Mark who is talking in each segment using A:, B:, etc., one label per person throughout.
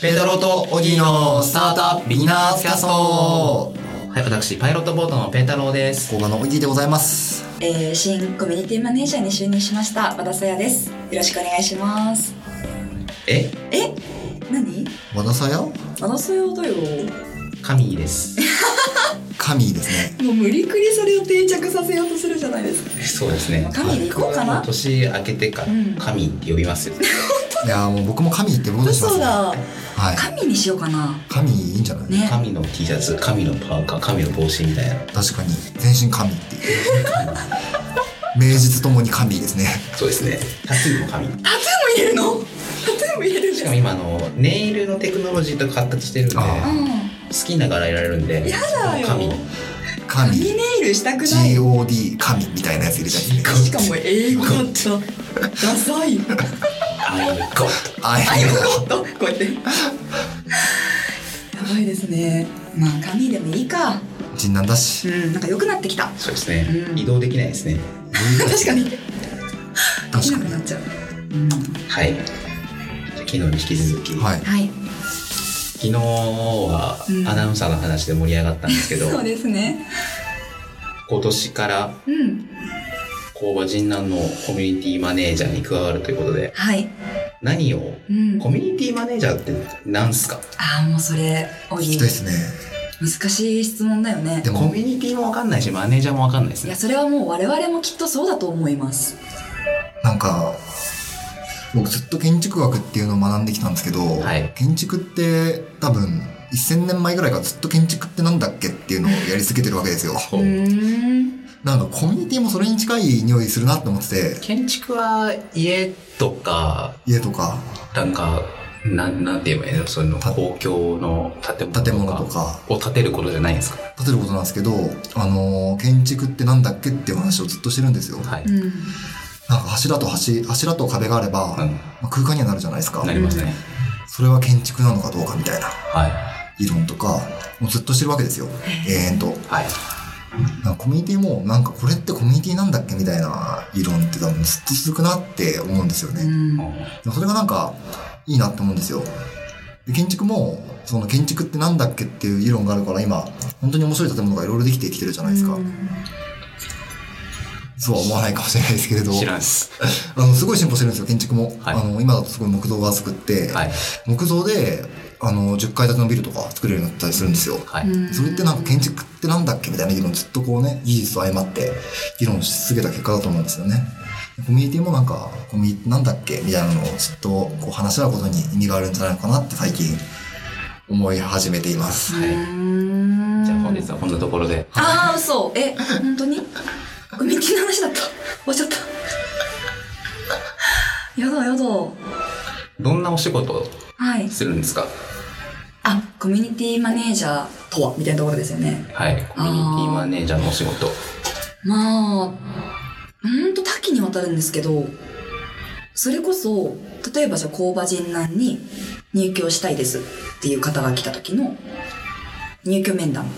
A: ペドロとオギーのスタートアップビギナーズキャスト
B: はい、私、パイロットボートのペンタロウです。
A: 動画のオギーでございます
C: えー、新コミュニティマネージャーに就任しました和田沙耶ですよろしくお願いします
B: え、
C: え何
A: 和田さや
C: 和田沙耶だよ
B: 神です。
A: 神ですね
C: もう無理くりそれを定着させようとするじゃないですか
B: そうですね。
C: 神で行こうかな
B: 僕は年明けてから
C: うん、
B: 神って呼びますよ。
A: いやーもう僕も神ってことにします
C: 嘘
A: ね
C: だ
A: はい
C: 神にしようかな
A: 神いいんじゃない、
C: ね
B: 神の T シャツ、神のパーカー、神の帽子みたいな。
A: 確かに全身神っていう 名実ともに神ですね
B: そうですね。タトゥーも神。
C: タトゥーも入れるのタトゥーも入れるん
B: し
C: で
B: かも今あのネイルのテクノロジーと発達してるんで、
A: あ
B: 好
A: ー
C: うん
B: きな柄いられるんで。
C: やだよ
B: 神。
A: 神
C: 紙ネイルしたくない
A: GOD 神みたいなやつ入れちゃいいね
C: しかも英語だダ サい
B: アイゴッ
A: あい
C: あ
A: や
C: よかったこうやってやばいですねまあ紙でもいいか
A: 人なんだし
C: うんなんか良くなってきた
B: そうですね、
C: うん
B: 移動できないですね。
C: 確かに
A: 確か
C: 見なく
A: に
C: なっちゃう、うん、
B: はい。じゃあ昨日に引き続き、
A: はい
C: はい
B: 昨日は
C: うん
B: アナウンサーの話で盛り上がったんですけど、
C: そうですね
B: 今年から
C: うん
B: 工場人南のコミュニティマネージャーに加わるということで
C: はい
B: 何を
C: うん
B: コミュニティマネージャーって何すか
C: ああもうそれお
A: 聞き
C: い
A: たいですね
C: 難しい質問だよね
A: で
B: コ
A: も
B: ミュニティも分かんないしマネージャーも分かんないです
C: いや
B: ね
C: それはもう我々もきっとそうだと思います
A: なんか僕ずっと建築学っていうのを学んできたんですけど、
B: はい
A: 建築って多分1000年前ぐらいからずっと建築ってなんだっけっていうのをやり続けてるわけですよ
B: ほう
C: うん
A: なんかコミュニティもそれに近い匂いするなって思ってて
B: 建築は家とか
A: 家とか
B: なんかなんなんて言えばいいのその
A: た
B: 公共の建物とか
A: 建物とか
B: を建てることじゃないんですか
A: 建てることなんですけど、あのー建築ってなんだっけっていう話をずっとしてるんですよ
B: はい、
C: うん
A: なんか柱と橋柱と壁があれば、
B: うん
A: まあ空間にはなるじゃないですか
B: なりますね、
A: それは建築なのかどうかみたいな
B: はい
A: 議論とかもうずっとしてるわけですよ永遠と
B: はい
A: なんかコミュニティもなんかこれってコミュニティなんだっけみたいな議論って多分ずっと続くなって思うんですよ
C: う
A: ね。
C: ん
B: もう
A: でもそれがなんかいいなって思うんですよ。で建築もその建築ってなんだっけっていう議論があるから今本当に面白い建物がいろいろできてきてるじゃないですか。
C: うん
A: そうは思わないかもしれないですけれど、
B: 知らんっす
A: あのすごい進歩してるんですよ建築も。
B: はい
A: あの今だとすごい木造が作って、
B: はい
A: 木造であの10階建てのビルとか作れるようになったりするんですよ。
B: は
C: う
B: い
C: ん
A: それってなんか建築ってなんだっけみたいな議論ずっとこうね技術と相まって議論し続けた結果だと思うんですよねコミュニティもなんかコミュニティなんだっけみたいなのをずっとこう話し合うことに意味があるんじゃないのかなって最近思い始めています
B: はい
C: うん
B: じゃあ本日はこんなところで
C: ああ嘘え本当にコミュニティの話だった終わっちゃったやだやだ
B: どんなお仕事を
C: はい
B: するんですか
C: あコミュニティマネージャーとはみたいなところですよね
B: はい、コミュニティマネージャーのお仕事。
C: まあほんと多岐にわたるんですけどそれこそ例えばじゃあ工場人南に入居したいですっていう方が来た時の入居面談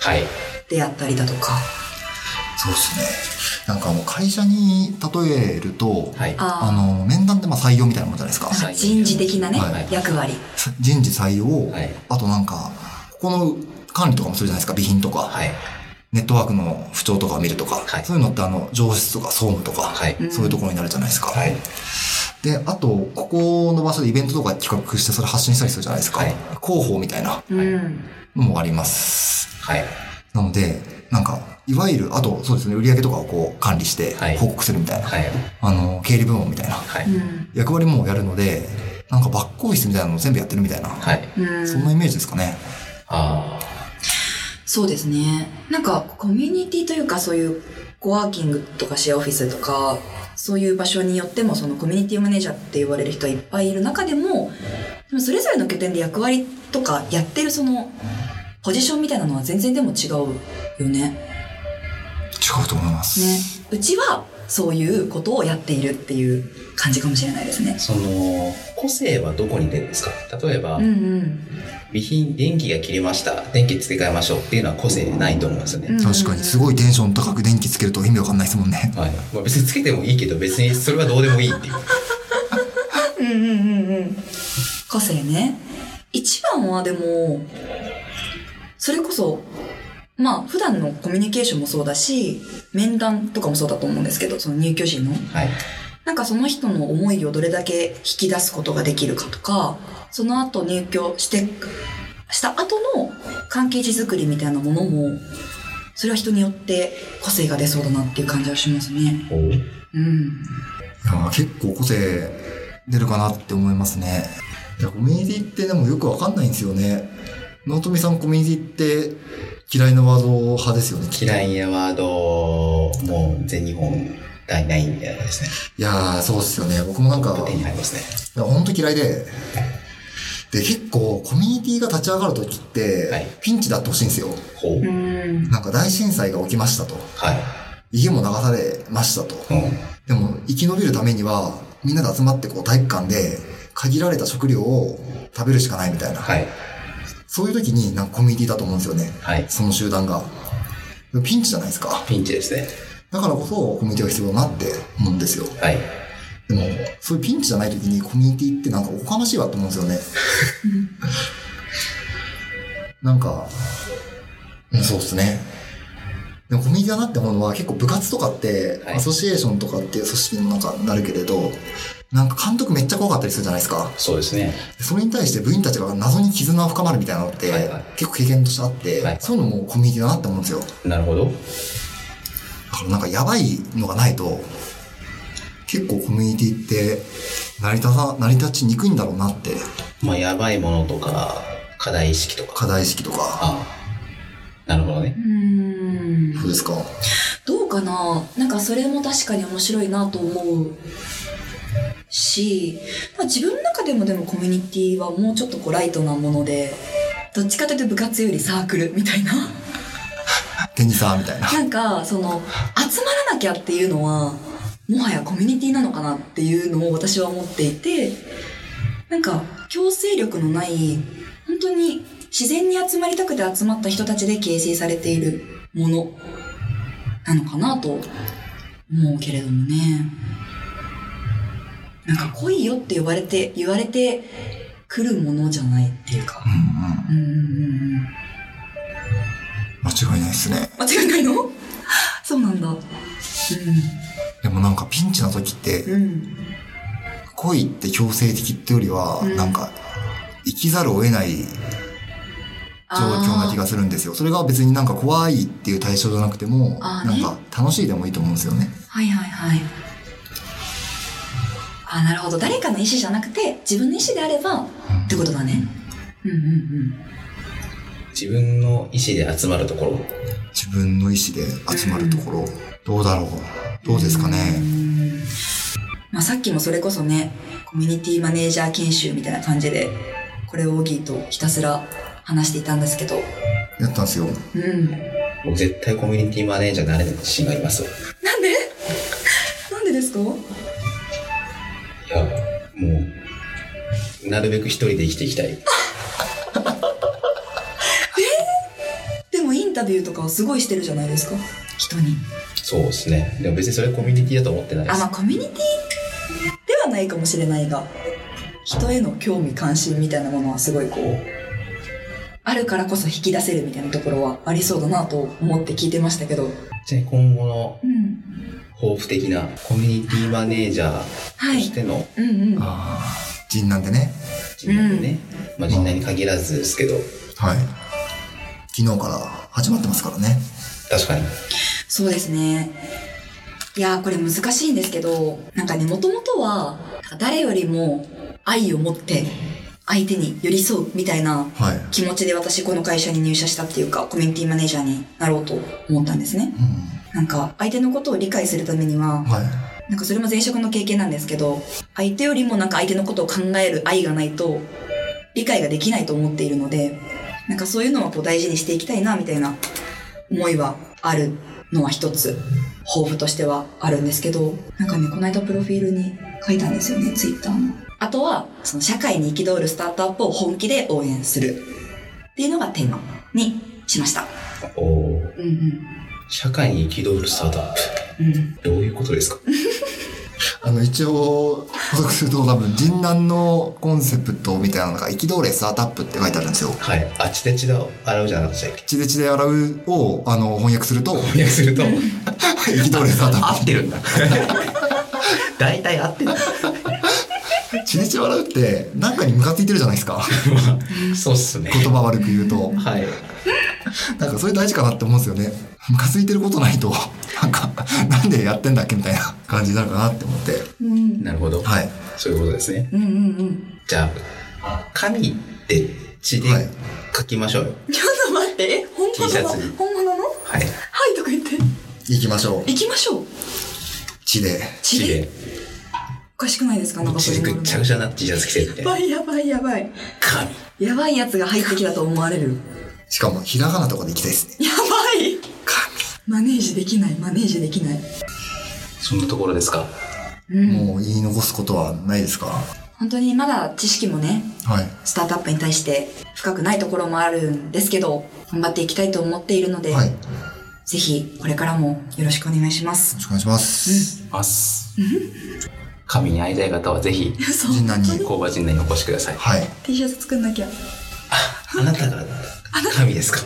B: はい。
C: であったりだとか
A: そうですねなんかもう会社に例えると、
B: はい。
A: あ
C: あ
A: の面談ってまあ採用みたいなもんじゃないですか
B: は
C: あ人事的なね、
A: はい
C: 役割
A: 人事採用、
B: はい
A: あとなんかここの管理とかもするじゃないですか備品とか、
B: はい。
A: ネットワークの不調とかを見るとか、
B: はい
A: そういうのってあの上質とか総務とか、
B: はい。
C: うん
A: そういうところになるじゃないですか。
B: はい。
A: で、あと、ここの場所でイベントとか企画してそれ発信したりするじゃないですか。
B: はい
A: 広報みたいな
C: うん
A: のもあります。
B: はい。
A: なので、なんか、いわゆる、あと、そうですね、売上とかをこう管理して
B: はい
A: 報告するみたいな、
B: はい。
A: あの、経理部門みたいな
B: は
C: う
B: い。
C: ん
A: 役割もやるので、なんかバックオフィスみたいなのを全部やってるみたいな、
B: はい。
C: うん
A: そんなイメージですかね。
B: あ
C: そうですね。なんかコミュニティというかそういうコワーキングとかシェアオフィスとかそういう場所によってもそのコミュニティマネージャーって言われる人はいっぱいいる中でもでもそれぞれの拠点で役割とかやってるそのポジションみたいなのは全然でも違うよね。ね。
A: 違うと思います。
C: うちはそういうことをやっているっていう感じかもしれないですね
B: あ。。その、個性はどこに出るんですか例えば、
C: うんうん
B: 備品、電気が切れました。電気付け替えましょうっていうのは個性ないと思うんですよ
C: うん
B: ね。
A: 確かに、すごいテンション高く電気つけると意味わかんないですもんね。
B: はい。まあ別につけてもいいけど、別にそれはどうでもいいっていう。
C: うんうんうんうん。個性ね。一番はでも、それこそ、まあ普段のコミュニケーションもそうだし、面談とかもそうだと思うんですけど、その入居時の。
B: はい。
C: なんかその人の思いをどれだけ引き出すことができるかとか、その後入居して、した後の関係値作りみたいなものも、それは人によって個性が出そうだなっていう感じはしますね。
B: おう
C: うん。
A: いやー結構個性出るかなって思いますねいやコミュニティってでもよくわかんないんですよね納富さんコミュニティって嫌いなワード派ですよね
B: 嫌
A: い
B: いなワード、もう全日本第ないみたいなですね。
A: いやーそうっすよね僕もなんか
B: 手に入りますね。
A: いや本当嫌いで。で、結構、コミュニティが立ち上がるときって、
B: はい
A: ピンチだってほしいんですよ。
B: ほう。
C: うん。
A: なんか大震災が起きましたと。
B: は
A: 家も流されましたと。
B: い。うん。
A: でも、生き延びるためには、みんなで集まってこう体育館で、限られた食料を食べるしかないみたいな。
B: はい。
A: そういう時に、なんかコミュニティだと思うんですよね。
B: はい。
A: その集団が。でもピンチじゃないですか。
B: ピンチですね。
A: だからこそ、コミュニティが必要だなって思うんですよ。
B: はい。
A: でも、そういうピンチじゃない時にコミュニティってなんかおこがましいわと思うんですよね。なんか、うん、そうですね。でもコミュニティだなって思うのは結構部活とかって、
B: はい
A: アソシエーションとかっていう組織の中になるけれど、なんか監督めっちゃ怖かったりするじゃないですか。
B: そうですね。
A: それに対して部員たちが謎に絆を深まるみたいなのって、
B: はいはい
A: 結構経験としてあって、
B: はい
A: そういうのもコミュニティだなって思うんですよ。
B: なるほど。
A: だからなんかやばいのがないと、結構コミュニティって成り立た、成り立ちにくいんだろうなって、
B: まあ、やばいものとか、課題意識とか。
A: 課題意識とか。
B: あなるほどね。
C: うん。
A: そうですか。
C: どうかななんかそれも確かに面白いなと思うし、まあ、自分の中でもでもコミュニティはもうちょっとこうライトなものでどっちかというと部活よりサークルみたいな
A: テニサーみたいな。
C: なんかその集まらなきゃっていうのはもはやコミュニティなのかなっていうのを私は思っていてなんか強制力のない本当に自然に集まりたくて集まった人たちで形成されているものなのかなと思うけれどもねなんか来いよって言われて言われてくるものじゃないっていうか
A: うんうん。
C: うんうんうんうん
A: 間違いないですね。
C: 間違いないの そうなんだ
A: でもなんかピンチな時っ
C: う
A: て、
C: んうん
A: 恋って強制的ってよりは、
C: うん
A: なんか、生きざるを得ない状況な気がするんですよ。それが別になんか怖いっていう対象じゃなくても、
C: あ
A: な
C: ーね
A: んか楽しいでもいいと思うんですよね。
C: はいはいはい。あ、なるほど。誰かの意思じゃなくて、自分の意思であれば、ってことだね。うんうん
B: 自分の意思で集まるところ。
A: 自分の意思で集まるところ、どうだろう。どうですか
C: うん。う
A: ね。
C: んまあさっきもそれこそね、コミュニティマネージャー研修みたいな感じで、これをオギーとひたすら話していたんですけど、
A: やったんですよ。
C: うん。
B: 僕絶対コミュニティマネージャーになれない自信があります。い
C: なんで なんでですか
B: や、もう、なるべく一人で生きていきたい。
C: でもインタビューとかをすごいしてるじゃないですか。人に。
B: そうですね。でも別にそれコミュニティだと思ってないで
C: あ、
B: す
C: まあ。コミュニティではないかもしれないが、人への興味関心みたいなものはすごいこう、あるからこそ引き出せるみたいなところはありそうだなと思って聞いてましたけど。
B: ちなみに今後の
C: うん。
B: 抱負的なコミュニティマネージャー
C: は
B: と
C: い
B: し。ての
C: うんうん。
A: ああ、人なんでね。
B: 人内ね、まあ人内に限らずですけど、
A: はい。昨日から始まってますからね。
B: 確かに。
C: そうですね。いやーこれ難しいんですけど、なんかね、もともとは、誰よりも愛を持って、相手に寄り添うみたいな
A: はい。
C: 気持ちで私この会社に入社したっていうか、コミュニティマネージャーになろうと思ったんですね。
A: う
C: なんか相手のことを理解するためには
A: ん。はい。
C: なんかそれも前職の経験なんですけど相手よりもなんか相手のことを考える愛がないと理解ができないと思っているのでなんかそういうのはこう大事にしていきたいなみたいな思いはあるのは一つ抱負としてはあるんですけどなんかねこの間プロフィールに書いたんですよねツイッターのあとはその社会に憤るスタートアップを本気で応援するっていうのがテーマにしました
B: おお、
C: うん
B: 社会に憤るスタートアッ
C: うんうん
B: プ。どういうことですか
A: あの、一応、補足すると多分、人南のコンセプトみたいなのが、憤れスタートアップって書いてあるんですよ。
B: はい。あ、ちてちで洗うじゃなかったっけ
A: 血で血で洗うを、あの、翻訳する と、
B: 翻訳すると、
A: 憤れスタートア
B: 合
A: ッ
B: ってる んだ。大体合ってる。
A: プ。血で血で洗うって、なんかにムカついてるじゃないです か。
B: そうっすね。
A: 言葉悪く言うと。
B: はい。
A: なんかそれ大事かなって思うんですよね。ムカついてることないと、なんか、なんでやってんだっけみたいな感じになるかなって思って。
C: うん
B: なるほど。
A: はい。
B: そういうことですね。
C: うんうんうん
B: じゃあ、紙って血で
A: はい
B: 書きましょうよ。
C: ちょっと待ってえ本
B: T シャ
C: 物
B: ツに
C: の本物のは
B: はい。
C: いとか言って
A: 行きましょう。
C: 行きましょう
A: 血で。
C: 血で。おかしくないですかなんか
B: 血
C: それ
B: で
C: も
B: ぐっちゃぐちゃな T シャツ着てるみ
C: や
B: たいな
C: ば。いやばいやばい
B: 紙。
C: やばいやつが入ってきたと思われる
A: しかも、ひらがなとかで行きたいですね。
C: やばいマネージできないマネージできない
B: そんなところですか。
C: うん
A: もう言い残すことはないですか
C: 本当にまだ知識もね
A: はい。
C: スタートアップに対して深くないところもあるんですけど頑張っていきたいと思っているので、
A: はい。よ
C: ぜひこれからもよろしくお願いします
A: ろしくお願いします。
B: ます。紙に会いたい方はぜひ、
C: そう
A: 陣内に。
B: 工場陣内にお越しください。
A: はい。
C: T シャツ作んなきゃ
B: あなたが神ですか。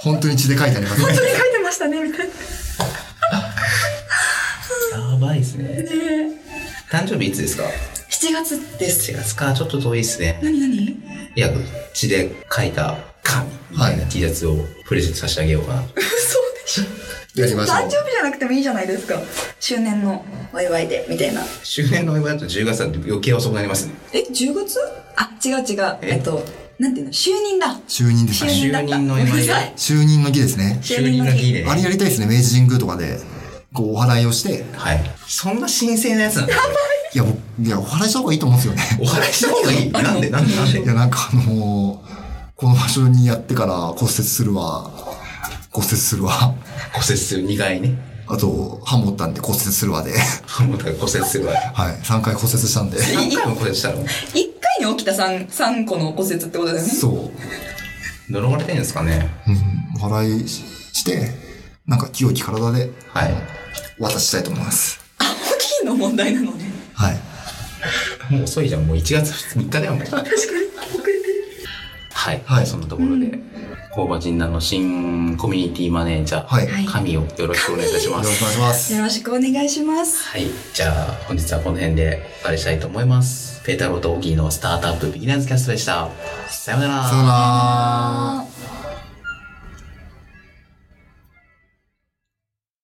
A: 本当に血で書いてありますね
C: そ。れ書いてましたねみたいな
B: やばいですね。
C: ね
B: 誕生日いつですか
C: 7月です
B: ?7 月か、ちょっと遠いですね。
C: 何何
B: いや、血で書いた神みたいな T シャツをプレゼント差し上げようかな。
C: 嘘でしょ
A: やりましょ
C: 誕
A: う。
C: 生日じゃなくてもいいじゃないですか周年のお祝いでみたいな
B: 周年のお祝いだと10月なんで余計遅くなりますね。
C: え10月あ違う違う
B: え
C: えっとなんていうの就任だ
A: 就任です
C: 就
A: ね。
C: 任だった
B: 就任のお祝いで
C: ごめんなさい
A: 就任の儀ですね。
B: 就任の儀で。
A: あれやりたいですね。明治神宮とかで、こう、お祓いをして。
B: はい。そんな神聖なやつなんだ。
A: いや、僕いや、お祓いした方がいいと思うんですよね。
B: お祓いした方がいい。 なんでなんでなんで
A: いや、なんかあのーこの場所にやってから骨折するわ、骨折するわ、
B: 骨折する2回ね。
A: あと、歯持ったんで骨折するわで、
B: もうだから骨折するわ。
A: はい、3回骨折したんで、
B: 何回も骨折したの
C: 1回に起きた 3, 3個の骨折ってことだよね
A: そう、
B: 呪われてるんですかね
A: うん、お祓いしして、なんか清き体で
B: はい。
A: 渡したいと思います。
C: あ大きいの問題なのね
A: はい。
B: もう遅いじゃん。もう1月3日だよ、もう。
C: 確かに遅れてる
B: はい。
A: はい
B: そんなところで、工場陣団の新コミュニティマネージャー、
A: はい。
C: はい
B: 神をよろしくお願いいたし
A: よ
B: ま
A: ろしくお
B: す。
A: 願いします。
C: よろしくお願いします
B: はい。じゃあ、本日はこの辺でお別れしたいと思います。ペータローとオギーのスタートアップビギナーズキャストでした。さようなら。
A: さよなら。
C: あー